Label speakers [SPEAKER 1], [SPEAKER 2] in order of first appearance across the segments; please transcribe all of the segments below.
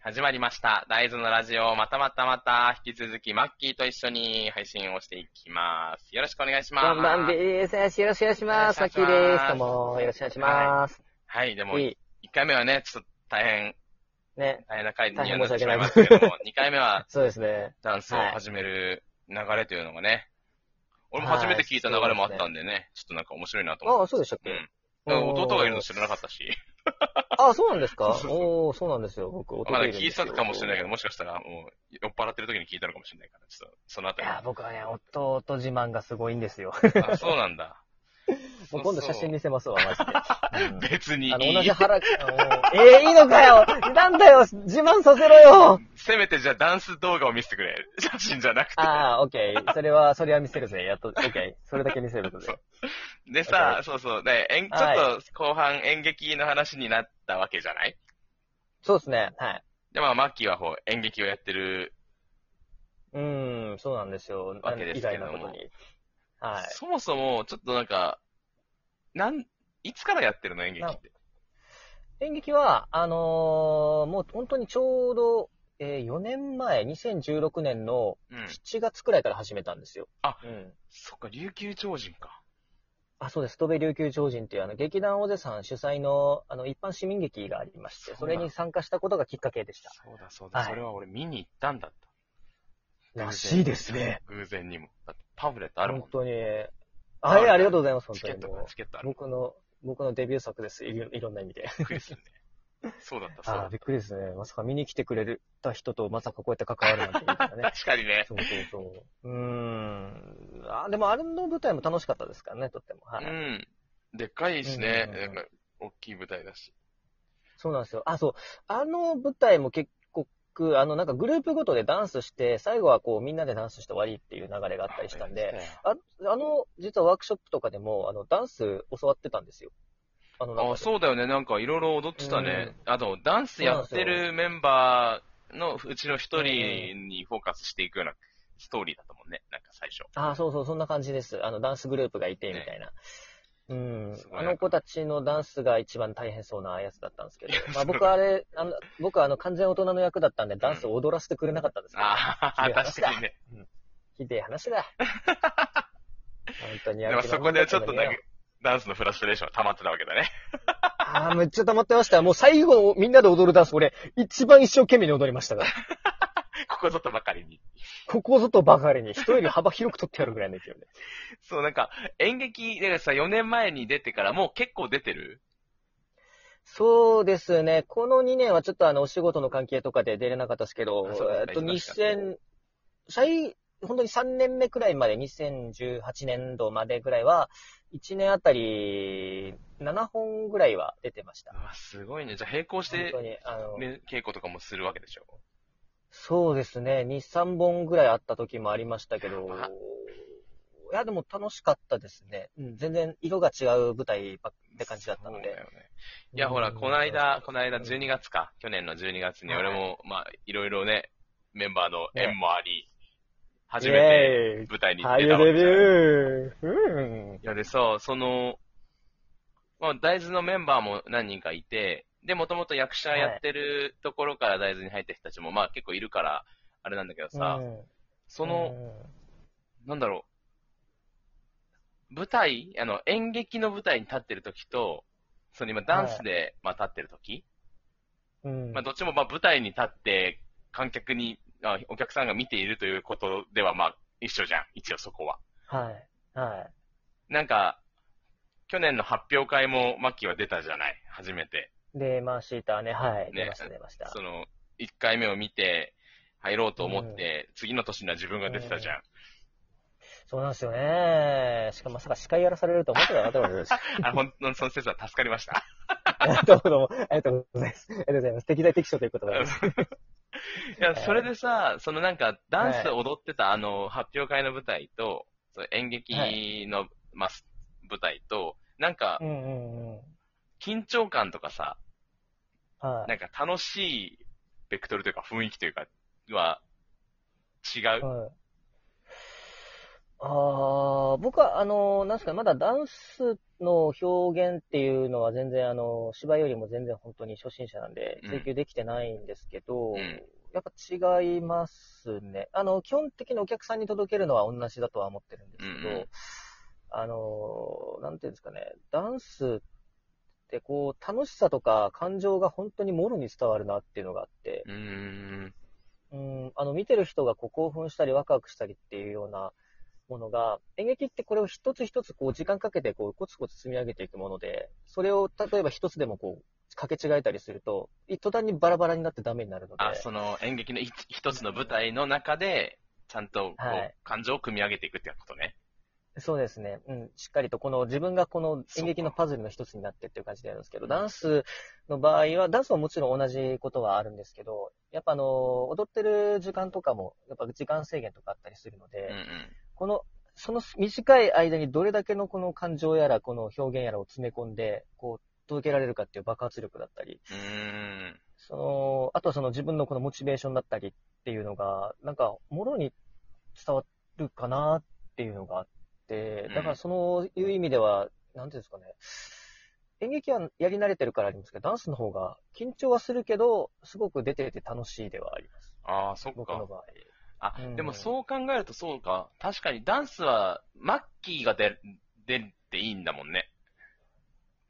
[SPEAKER 1] 始まりました。大豆のラジオ、またまたまた、引き続きマッキーと一緒に配信をしていきます。よろしくお願いします。
[SPEAKER 2] こんばんです。よろしくお願いします。
[SPEAKER 1] よ
[SPEAKER 2] マ
[SPEAKER 1] ろ
[SPEAKER 2] ッ
[SPEAKER 1] し
[SPEAKER 2] キ
[SPEAKER 1] くお
[SPEAKER 2] ー
[SPEAKER 1] 願いします
[SPEAKER 2] です。どうも、よろしくお願いします。
[SPEAKER 1] はい、でも、
[SPEAKER 2] い
[SPEAKER 1] 1回目はね、ちょっと大変、
[SPEAKER 2] い。ね。
[SPEAKER 1] 大変な回に
[SPEAKER 2] 大変
[SPEAKER 1] なってしまいまし
[SPEAKER 2] 申
[SPEAKER 1] た
[SPEAKER 2] し
[SPEAKER 1] け
[SPEAKER 2] 訳な
[SPEAKER 1] ど
[SPEAKER 2] い
[SPEAKER 1] も、2回目 は
[SPEAKER 2] そうですね。
[SPEAKER 1] ダンスを始める流れというのがね、俺も初めて聞いた流れもあったんでね、ちょっとなんか面白いなと思
[SPEAKER 2] あ
[SPEAKER 1] っ。
[SPEAKER 2] あ、そうでしたって
[SPEAKER 1] う
[SPEAKER 2] け
[SPEAKER 1] ん。弟がいるの知らなかったし、
[SPEAKER 2] ああ、そうなんですか
[SPEAKER 1] そうそうそう
[SPEAKER 2] おおそうなんですよ。僕、弟
[SPEAKER 1] まだ
[SPEAKER 2] いるんです
[SPEAKER 1] 聞いてたかもしれないけ
[SPEAKER 2] ど。
[SPEAKER 1] ど、もしかしたらもう酔っ払ってる時に聞いたのかもしれないから、ちょっとそのあた
[SPEAKER 2] い
[SPEAKER 1] り
[SPEAKER 2] や、僕はね、弟自慢がすごいんですよ。
[SPEAKER 1] あ、そうなんだ。
[SPEAKER 2] もう今度写真見せますわ、マジで。うん
[SPEAKER 1] 別にいい。
[SPEAKER 2] あの、同じ腹、あのえー、いいのかよなんだよ自慢させろよ
[SPEAKER 1] せめてじゃあダンス動画を見せてくれ。 写真じゃなくて。
[SPEAKER 2] ああ、オッケー。それは、それは見せるぜ。やっと、オッケー。それだけ見せるので
[SPEAKER 1] そ。でさ、そうそう。で、えんちょ
[SPEAKER 2] はい
[SPEAKER 1] っと後半演劇の話になったわけじゃない
[SPEAKER 2] そうですね。はい。
[SPEAKER 1] で、まあ、マッキーはこう演劇をやってる。
[SPEAKER 2] うーん、そうなんですよ。
[SPEAKER 1] わけですけども
[SPEAKER 2] 意外なことに。はい。
[SPEAKER 1] そもそも、ちょっとなんか、なん、いつからやってるの演劇って。
[SPEAKER 2] 演劇は、あのーもう本当にちょうど、えー4年前、2016年の
[SPEAKER 1] うん。
[SPEAKER 2] 7月くらいから始めたんですよ。
[SPEAKER 1] あ
[SPEAKER 2] うん。
[SPEAKER 1] そっか、琉球超人か。
[SPEAKER 2] あ、そうです。戸部琉球超人っていう、あの、劇団大勢さん主催の、あの、一般市民劇がありまして、それに参加したことがきっかけでした。
[SPEAKER 1] そうだそうだ。
[SPEAKER 2] はい
[SPEAKER 1] それは俺見に行ったんだった。
[SPEAKER 2] らしいですね。
[SPEAKER 1] 偶然にも。だってパンフレットあるもん
[SPEAKER 2] 本。当に。はい、ありがとうございます、本
[SPEAKER 1] チ
[SPEAKER 2] 当
[SPEAKER 1] ケ
[SPEAKER 2] に
[SPEAKER 1] ット
[SPEAKER 2] もう。
[SPEAKER 1] チケットある。
[SPEAKER 2] 僕の、僕のデビュー作です。いろいろんな意味で。
[SPEAKER 1] びっくりするね。 そうだった、そうだ
[SPEAKER 2] あ
[SPEAKER 1] っ
[SPEAKER 2] ーびっくりですね。まさか見に来てくれた人と、まさかこうやって関わるなんて、みたいなね
[SPEAKER 1] た。。確かにね。
[SPEAKER 2] そうそうそう。うーん。あ、でもあれの舞台も楽しかったですからね、とっても。はい。
[SPEAKER 1] うん。でっかいしね、
[SPEAKER 2] うんうんうん
[SPEAKER 1] なんか、大きい舞台だし。
[SPEAKER 2] そうなんですよ。あ、そう。あの舞台も結局、あの、なんかグループごとでダンスして、最後はこうみんなでダンスして終わりっていう流れがあったりしたんで、ああの、実はワークショップとかでも、あの、ダンス教わってたんですよ。あの、
[SPEAKER 1] あ。
[SPEAKER 2] なんか
[SPEAKER 1] あ、そうだよね。なんか、いろいろ踊ってたね。あと、ダンスやってるメンバーのうちの一人にフォーカスしていくようなストーリーだったもんね。なんか最初。
[SPEAKER 2] あ、そうそう、そんな感じです。あの、ダンスグループがいて、みたいな。うん
[SPEAKER 1] す。ごい
[SPEAKER 2] あ
[SPEAKER 1] なん
[SPEAKER 2] の
[SPEAKER 1] か
[SPEAKER 2] 子たちのダンスが一番大変そうなやつだったんですけど
[SPEAKER 1] いや、
[SPEAKER 2] まあ
[SPEAKER 1] そう
[SPEAKER 2] 僕はあれ、あの僕はあの完全大人の役だったんで、ダンスを踊らせてくれなかったんですけど、
[SPEAKER 1] ああ、
[SPEAKER 2] いや
[SPEAKER 1] 確かにね。
[SPEAKER 2] ひでえ話だ。本当に
[SPEAKER 1] で
[SPEAKER 2] や
[SPEAKER 1] も
[SPEAKER 2] る気
[SPEAKER 1] そ
[SPEAKER 2] 満
[SPEAKER 1] こ
[SPEAKER 2] 々
[SPEAKER 1] で
[SPEAKER 2] だ
[SPEAKER 1] ちょっ
[SPEAKER 2] たの
[SPEAKER 1] と
[SPEAKER 2] に
[SPEAKER 1] なんか、
[SPEAKER 2] よ
[SPEAKER 1] ダンスのフラストレーションが溜まってたわけだ ね。
[SPEAKER 2] ああ、めっちゃ溜まってました。もう最後、みんなで踊るダンス、俺、一番一生懸命に踊りましたから。
[SPEAKER 1] ここぞとばかりに。
[SPEAKER 2] ここぞとばかりに、人より幅広く取ってやるぐらいの勢いで。
[SPEAKER 1] そう、なんか、演劇、だからさ、4年前に出てからもう結構出てる
[SPEAKER 2] そうですね。この2年はちょっとあの、お仕事の関係とかで出れなかったですけど
[SPEAKER 1] あそう、
[SPEAKER 2] え
[SPEAKER 1] だ
[SPEAKER 2] っ
[SPEAKER 1] った
[SPEAKER 2] と、
[SPEAKER 1] 忙しかった
[SPEAKER 2] 2000、最、本当に3年目くらいまで、2018年度までくらいは、1年あたり7本ぐらいは出てました
[SPEAKER 1] う。わ、すごいね。じゃあ並行し
[SPEAKER 2] 本
[SPEAKER 1] て
[SPEAKER 2] 当、に、あの、
[SPEAKER 1] ね、稽古とかもするわけでしょ。
[SPEAKER 2] そうですね。2、3本ぐらいあった時もありましたけど
[SPEAKER 1] やば、
[SPEAKER 2] いや、でも楽しかったですね。うん、全然色が違う舞台ばって感じだったの
[SPEAKER 1] そう
[SPEAKER 2] で
[SPEAKER 1] だ。よね。いや、ほら、
[SPEAKER 2] うん
[SPEAKER 1] この間、この間
[SPEAKER 2] うん
[SPEAKER 1] 12月か、去年の12月に
[SPEAKER 2] はい
[SPEAKER 1] 俺も、まあ、いろいろね、メンバーの縁もあり、初
[SPEAKER 2] イ
[SPEAKER 1] めて
[SPEAKER 2] エーイ
[SPEAKER 1] 舞台に
[SPEAKER 2] は
[SPEAKER 1] 出
[SPEAKER 2] い、
[SPEAKER 1] たわけじゃないい
[SPEAKER 2] レビュー。うん。
[SPEAKER 1] や、でさ、その、まあ、大豆のメンバーも何人かいて、で、もともと役者やってるところから大豆に入った人たちも、まあ、結構いるから、あれなんだけどさ、
[SPEAKER 2] うん、
[SPEAKER 1] その、なんだろう、舞台、あの、演劇の舞台に立ってる時と、その今、ダンスで、まあ、立ってる時
[SPEAKER 2] うん、うん
[SPEAKER 1] まあ、どっちもまあ舞台に立って、観客に、あお客さんが見ているということでは、まあ、一緒じゃん、一応そこは。
[SPEAKER 2] はい、はい。
[SPEAKER 1] なんか、去年の発表会も、マッキーは出たじゃない、初めて。
[SPEAKER 2] で、まあ、シーターね、はい、
[SPEAKER 1] ね
[SPEAKER 2] 出ました、出ました。
[SPEAKER 1] その、1回目を見て、入ろうと思って、次の年には自分が出てたじゃん。
[SPEAKER 2] そうなんですよね。しかもまさか司会やらされると思ってなかったわけ です。
[SPEAKER 1] あ、本当にその説は助かりました。
[SPEAKER 2] どうもどうも、ありがとうございます。ありがとうございます。適材適所という 言葉です。
[SPEAKER 1] いや、それでさ、そのなんか、ダンス踊ってた、あの、発表会の舞台と、その演劇の、まあ、舞台と、なんか
[SPEAKER 2] う、んうんうん。
[SPEAKER 1] 緊張感とかさ、
[SPEAKER 2] は
[SPEAKER 1] なんか楽しいベクトルというか雰囲気というかは違
[SPEAKER 2] い。
[SPEAKER 1] う。
[SPEAKER 2] はいああ、僕は、あの、なんすか、まだダンスの表現っていうのは全然、あの、芝居よりも全然本当に初心者なんで、
[SPEAKER 1] うん
[SPEAKER 2] 追求できてないんですけど、
[SPEAKER 1] うん
[SPEAKER 2] やっぱ違いますね。あの、基本的にお客さんに届けるのは同じだとは思ってるんですけど、
[SPEAKER 1] うんうん
[SPEAKER 2] あの、なんていうんですかね、ダンスってこう、楽しさとか感情が本当にもろに伝わるなっていうのがあって、
[SPEAKER 1] うーん。
[SPEAKER 2] うん、あの見てる人がこう興奮したりワクワクしたりっていうようなものが、演劇ってこれを一つ一つこう時間かけてこうコツコツ積み上げていくもので、それを例えば一つでもこう掛け違えたりすると、途端にバラバラになってダメになるので、
[SPEAKER 1] あ、その演劇の一一つの舞台の中で、ちゃんとこう、
[SPEAKER 2] はい
[SPEAKER 1] 感情を組み上げていくってことね。
[SPEAKER 2] そうですね、うん、しっかりとこの自分がこの演劇のパズルの一つになってっていう感じでやるんですけ
[SPEAKER 1] う
[SPEAKER 2] ど、
[SPEAKER 1] ん
[SPEAKER 2] ダンスの場合は、ダンスももちろん同じことはあるんですけど、やっぱあの、踊ってる時間とかも、やっぱ時間制限とかあったりするの
[SPEAKER 1] う
[SPEAKER 2] で、
[SPEAKER 1] んうん。
[SPEAKER 2] この、その短い間にどれだけのこの感情やら、この表現やらを詰め込んで、こう、届けられるかっていう爆発力だったり、
[SPEAKER 1] うーん。
[SPEAKER 2] その、あとはその自分のこのモチベーションだったりっていうのが、なんか、もろに伝わるかなっていうのがあって
[SPEAKER 1] うん、
[SPEAKER 2] だからそのいう意味では、なんていうんですかね、演劇はやり慣れてるからありますけど、ダンスの方が緊張はするけど、すごく出てて楽しいではあります。
[SPEAKER 1] ああ、そっ
[SPEAKER 2] 僕
[SPEAKER 1] か
[SPEAKER 2] の。場合。
[SPEAKER 1] あ、
[SPEAKER 2] うん
[SPEAKER 1] でもそう考えるとそうか。確かにダンスは、マッキーが出る、出るっていいんだもんね。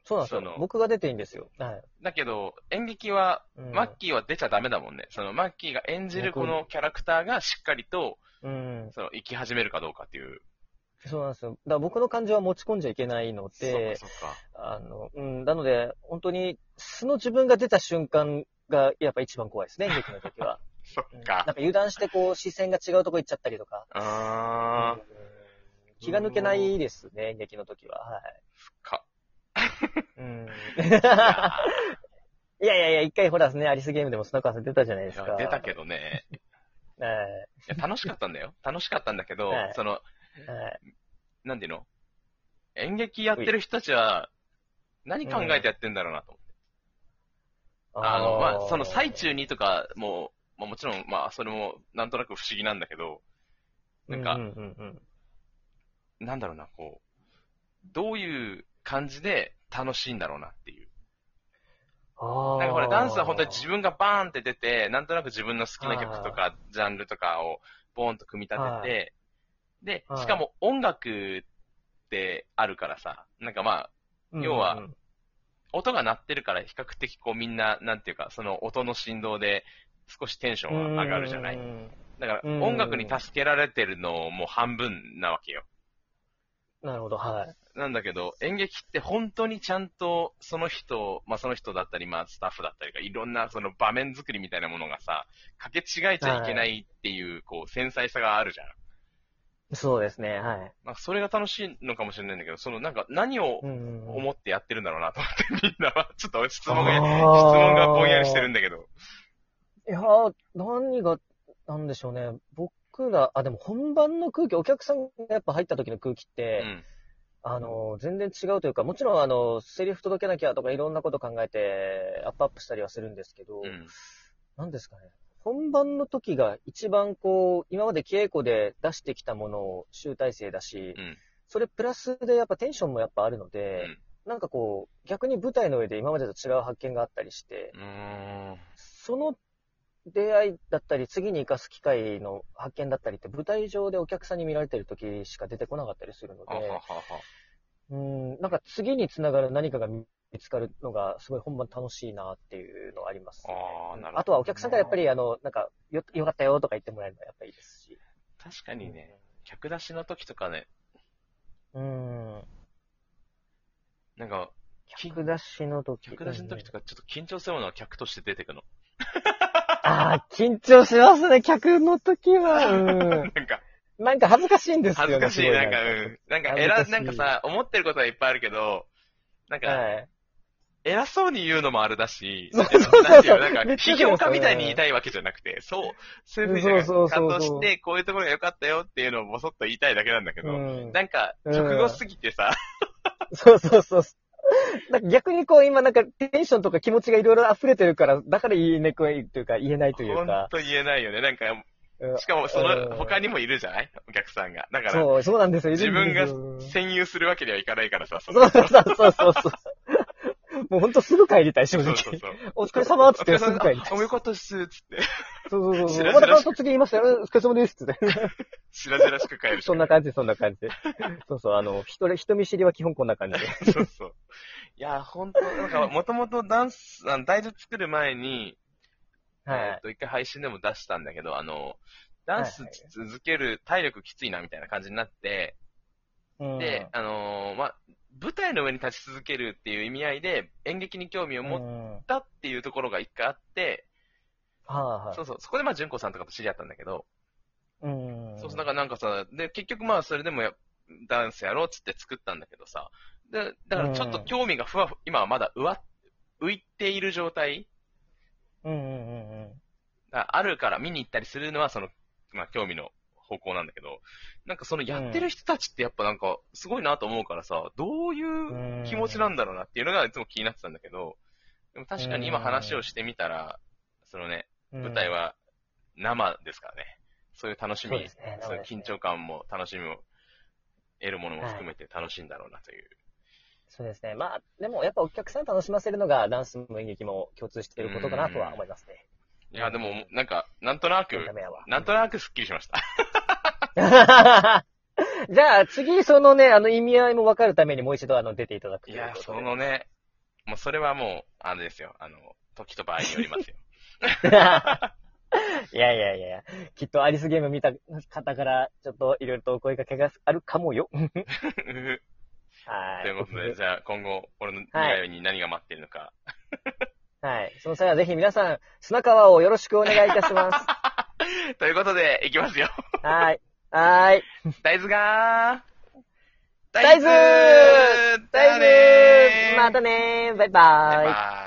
[SPEAKER 2] そうなんです
[SPEAKER 1] その
[SPEAKER 2] よ。僕が出ていいんですよ。はい。
[SPEAKER 1] だけど、演劇は、
[SPEAKER 2] うん
[SPEAKER 1] マッキーは出ちゃダメだもんね。そのマッキーが演じるこのキャラクターがしっかりと、
[SPEAKER 2] うん。
[SPEAKER 1] その、生き始めるかどうかっていう。
[SPEAKER 2] そうなんですよ。だから僕の感情は持ち込んじゃいけないので、
[SPEAKER 1] そっかそっか。
[SPEAKER 2] あの、うん、なので、本当に素の自分が出た瞬間がやっぱ一番怖 いですね、演劇の時は。
[SPEAKER 1] そ
[SPEAKER 2] う
[SPEAKER 1] っ
[SPEAKER 2] んなんか
[SPEAKER 1] か。
[SPEAKER 2] 油断してこう視線が違うとこ行っちゃったりとか。
[SPEAKER 1] あ
[SPEAKER 2] うん
[SPEAKER 1] ー、
[SPEAKER 2] 気が抜けないですね、演劇の時は。は
[SPEAKER 1] か。
[SPEAKER 2] い。うん。
[SPEAKER 1] あ
[SPEAKER 2] いやいやいや、一回ほらね、アリスゲームでも砂川さん出たじゃないです
[SPEAKER 1] ー
[SPEAKER 2] か。
[SPEAKER 1] 出たけ
[SPEAKER 2] ど。
[SPEAKER 1] どね。
[SPEAKER 2] はい
[SPEAKER 1] や、楽しかったん だよ。楽しかったんだけど
[SPEAKER 2] はい、
[SPEAKER 1] その、
[SPEAKER 2] い。はい。
[SPEAKER 1] なんていうの演劇やってる人たちは、何考えてやってんだろうなと思って。あの、まあ、その最中にとか、もう、まあもちろん、まあ、それも、なんとなく不思議なんだけど、なんか
[SPEAKER 2] ううんうんうん
[SPEAKER 1] なんだろうな、こう、どういう感じで楽しいんだろうなっていう。
[SPEAKER 2] あー
[SPEAKER 1] なんかほら、ダンスは本当に自分がバーンって出て、なんとなく自分の好きな曲とか、ジャンルとかを、ボーンと組み立てて、で
[SPEAKER 2] は、い
[SPEAKER 1] しかも音楽ってあるからさ、なんかまあ、
[SPEAKER 2] うんうんうん
[SPEAKER 1] 要は、音が鳴ってるから比較的こうみんな、なんていうか、その音の振動で少しテンションが上がるじゃな
[SPEAKER 2] う
[SPEAKER 1] い
[SPEAKER 2] んうんうん
[SPEAKER 1] だから
[SPEAKER 2] うん
[SPEAKER 1] 音楽に助けられてるのも半分なわけよ。
[SPEAKER 2] なるほど、はい。
[SPEAKER 1] なんだけど、演劇って本当にちゃんとその人、まあその人だったり、まあスタッフだったりが、いろんなその場面作りみたいなものがさ、かけ違えちゃいけないっていう、こう繊細さがあるじゃん。
[SPEAKER 2] そうですね、はい。
[SPEAKER 1] まあそれが楽しいのかもしれないんだけど、そのなんか何を
[SPEAKER 2] うんうんうん
[SPEAKER 1] 思ってやってるんだろうなと思って、みんなは、ちょっと質問
[SPEAKER 2] あ
[SPEAKER 1] が、質
[SPEAKER 2] ー
[SPEAKER 1] 問がぼんやりしてるんだけど。
[SPEAKER 2] いやー、何が、なんでしょうね。僕ら、あ、でも本番の空気、お客さんがやっぱ入った時の空気っ
[SPEAKER 1] う
[SPEAKER 2] て、
[SPEAKER 1] ん。
[SPEAKER 2] あのー、全然違うというか、もちろんあの、セリフ届けなきゃとかいろんなこと考えて、アップアップしたりはするんですけど、
[SPEAKER 1] うん。
[SPEAKER 2] なんですかね。本番の時が一番こう、今まで稽古で出してきたものを集大成だし、
[SPEAKER 1] うん
[SPEAKER 2] それプラスでやっぱテンションもやっぱあるので、なんかこう、逆に舞台の上で今までと違う発見があったりして、
[SPEAKER 1] うーん。
[SPEAKER 2] その出会いだったり、次に生かす機会の発見だったりって、舞台上でお客さんに見られてる時しか出てこなかったりするの
[SPEAKER 1] あはは
[SPEAKER 2] で、
[SPEAKER 1] は。
[SPEAKER 2] うん、なんか次につながる何かが見つかるのが、すごい本番楽しいなっていうのはありますね、
[SPEAKER 1] あー
[SPEAKER 2] うん
[SPEAKER 1] なるほどね
[SPEAKER 2] あとはお客さんからやっぱり、あの、なんか、よ、よかったよとか言ってもらえるのはやっぱいいですし。
[SPEAKER 1] 確かにね、客出しの時とかね、
[SPEAKER 2] うん。
[SPEAKER 1] なんか、き
[SPEAKER 2] 客出しの時。
[SPEAKER 1] 客出しの時と
[SPEAKER 2] か。
[SPEAKER 1] かちょっと緊張するものは客として出てくの。
[SPEAKER 2] ああ、緊張しますね、客の時は。う
[SPEAKER 1] なんか、
[SPEAKER 2] ん。なんか恥ずかしいんですよ
[SPEAKER 1] 恥
[SPEAKER 2] ね。
[SPEAKER 1] ずかし
[SPEAKER 2] す
[SPEAKER 1] い、
[SPEAKER 2] ご
[SPEAKER 1] なんか、うん。なんか、
[SPEAKER 2] 恥ずか
[SPEAKER 1] 偉、
[SPEAKER 2] しい
[SPEAKER 1] なんかさ、思ってることはいっぱいあるけど、なんか、
[SPEAKER 2] はい。
[SPEAKER 1] 偉そうに言うのもあれだし、
[SPEAKER 2] そうそうそう
[SPEAKER 1] なんていのなんか、
[SPEAKER 2] めっちゃ
[SPEAKER 1] 批評家みたいに言いたいわけじゃなくて、そう、そういうふうにじゃなくて
[SPEAKER 2] そうそうそうそ
[SPEAKER 1] 感
[SPEAKER 2] う
[SPEAKER 1] 動して、こういうところが良かったよっていうのをぼそっと言いたいだけなんだけど、
[SPEAKER 2] うん
[SPEAKER 1] なんか、
[SPEAKER 2] うん
[SPEAKER 1] 直後すぎてさ、
[SPEAKER 2] そうそうそう。なんか逆にこう今なんかテンションとか気持ちがいろいろ溢れてるから、だから言えにくいというか言えないという
[SPEAKER 1] ほん
[SPEAKER 2] か。
[SPEAKER 1] と言えないよね。なんか、しかも、その、他にもいるじゃないお客さんが。だから、
[SPEAKER 2] そう、そうなんですよ。い
[SPEAKER 1] 自
[SPEAKER 2] るん
[SPEAKER 1] 分
[SPEAKER 2] で
[SPEAKER 1] が
[SPEAKER 2] すよ
[SPEAKER 1] 占有するわけにはいかないからさ、そ
[SPEAKER 2] そう
[SPEAKER 1] の
[SPEAKER 2] そうそうそうそう。もうほんとすぐ帰りたい、正
[SPEAKER 1] そう
[SPEAKER 2] 直。
[SPEAKER 1] そうそう。
[SPEAKER 2] お疲れ様っつ
[SPEAKER 1] お
[SPEAKER 2] っ
[SPEAKER 1] 疲れ
[SPEAKER 2] てす
[SPEAKER 1] 様
[SPEAKER 2] ぐ帰り
[SPEAKER 1] あ
[SPEAKER 2] たい。
[SPEAKER 1] おめことっす、つって。
[SPEAKER 2] そうそう
[SPEAKER 1] 知
[SPEAKER 2] そう。
[SPEAKER 1] ら
[SPEAKER 2] また
[SPEAKER 1] 知らし
[SPEAKER 2] 感想次言いますよ。お疲れ様ですっつって。
[SPEAKER 1] しらじらしく帰るしか
[SPEAKER 2] そんな感じ、そんな感じ。そうそう、あの、人、人見知りは基本こんな感じで。
[SPEAKER 1] そうそう。いや、本当なんか、もともとダンス、あの、大豆作る前に、え
[SPEAKER 2] は
[SPEAKER 1] っと、一回配信でも出したんだけど、あの、ダンス
[SPEAKER 2] はい
[SPEAKER 1] 続ける体力きついなみたいな感じになって、
[SPEAKER 2] い。うん
[SPEAKER 1] で、、あのーまあ、舞台の上に立ち続けるっていう意味合いで、演劇に興味を持っ
[SPEAKER 2] うんはい
[SPEAKER 1] たっていうところが一回あって、
[SPEAKER 2] はい。
[SPEAKER 1] そうそう、そこでまあ、純子さんとかと知り合ったんだけど、
[SPEAKER 2] うん。
[SPEAKER 1] そうそう、だからなんかさ、で、結局まあ、それでもやダンスやろうっつって作ったんだけどさ、で、だからちょっと興味がふわふ、今はまだうわ、浮いている状態
[SPEAKER 2] うんうんうんうん。
[SPEAKER 1] があるから見に行ったりするのは、その、まあ、興味の方向なんだけど、なんかそのやってる人たちってやっぱなんか、すごいなと思うからさ、どういう気持ちなんだろうなっていうのがいつも気になってたんだけど、でも確かに今話をしてみたら、そのね、舞台
[SPEAKER 2] は、
[SPEAKER 1] は生ですからね。そういう楽しみ、
[SPEAKER 2] そうですね
[SPEAKER 1] そういう
[SPEAKER 2] 生です
[SPEAKER 1] 緊
[SPEAKER 2] ね
[SPEAKER 1] 張感も楽しみも、得るものも含めて楽しいんだろうなという。
[SPEAKER 2] そうですね。まあ、でもやっぱお客さんを楽しませるのがダンスも演劇も共通していることかなとは思いますね。
[SPEAKER 1] い、や、でも、なんか、なんとなく
[SPEAKER 2] エンタ、メは。
[SPEAKER 1] なんとなくスッキリしました。
[SPEAKER 2] じゃあ、次、そのね、あの意味合いも分かるためにもう一度、あの、出ていただくと
[SPEAKER 1] いうや、
[SPEAKER 2] ことで
[SPEAKER 1] そのね、もうそれはもう、あれですよ。あの、時と場合により ますよ。
[SPEAKER 2] いやいやいやいや、きっとアリスゲーム見た方から、ちょっといろいろとお声掛けがあるかもよ。はい。
[SPEAKER 1] ということで、じゃあ今後、俺の未来に何が待ってるのか。
[SPEAKER 2] はい。その際はぜひ皆さん、砂川をよろしくお願いいた します。
[SPEAKER 1] ということで、いきます よ。
[SPEAKER 2] はい。はーい。
[SPEAKER 1] 大豆がー
[SPEAKER 2] 大豆
[SPEAKER 1] 大豆
[SPEAKER 2] またねー。バイバー
[SPEAKER 1] バ
[SPEAKER 2] イ。
[SPEAKER 1] イバーイ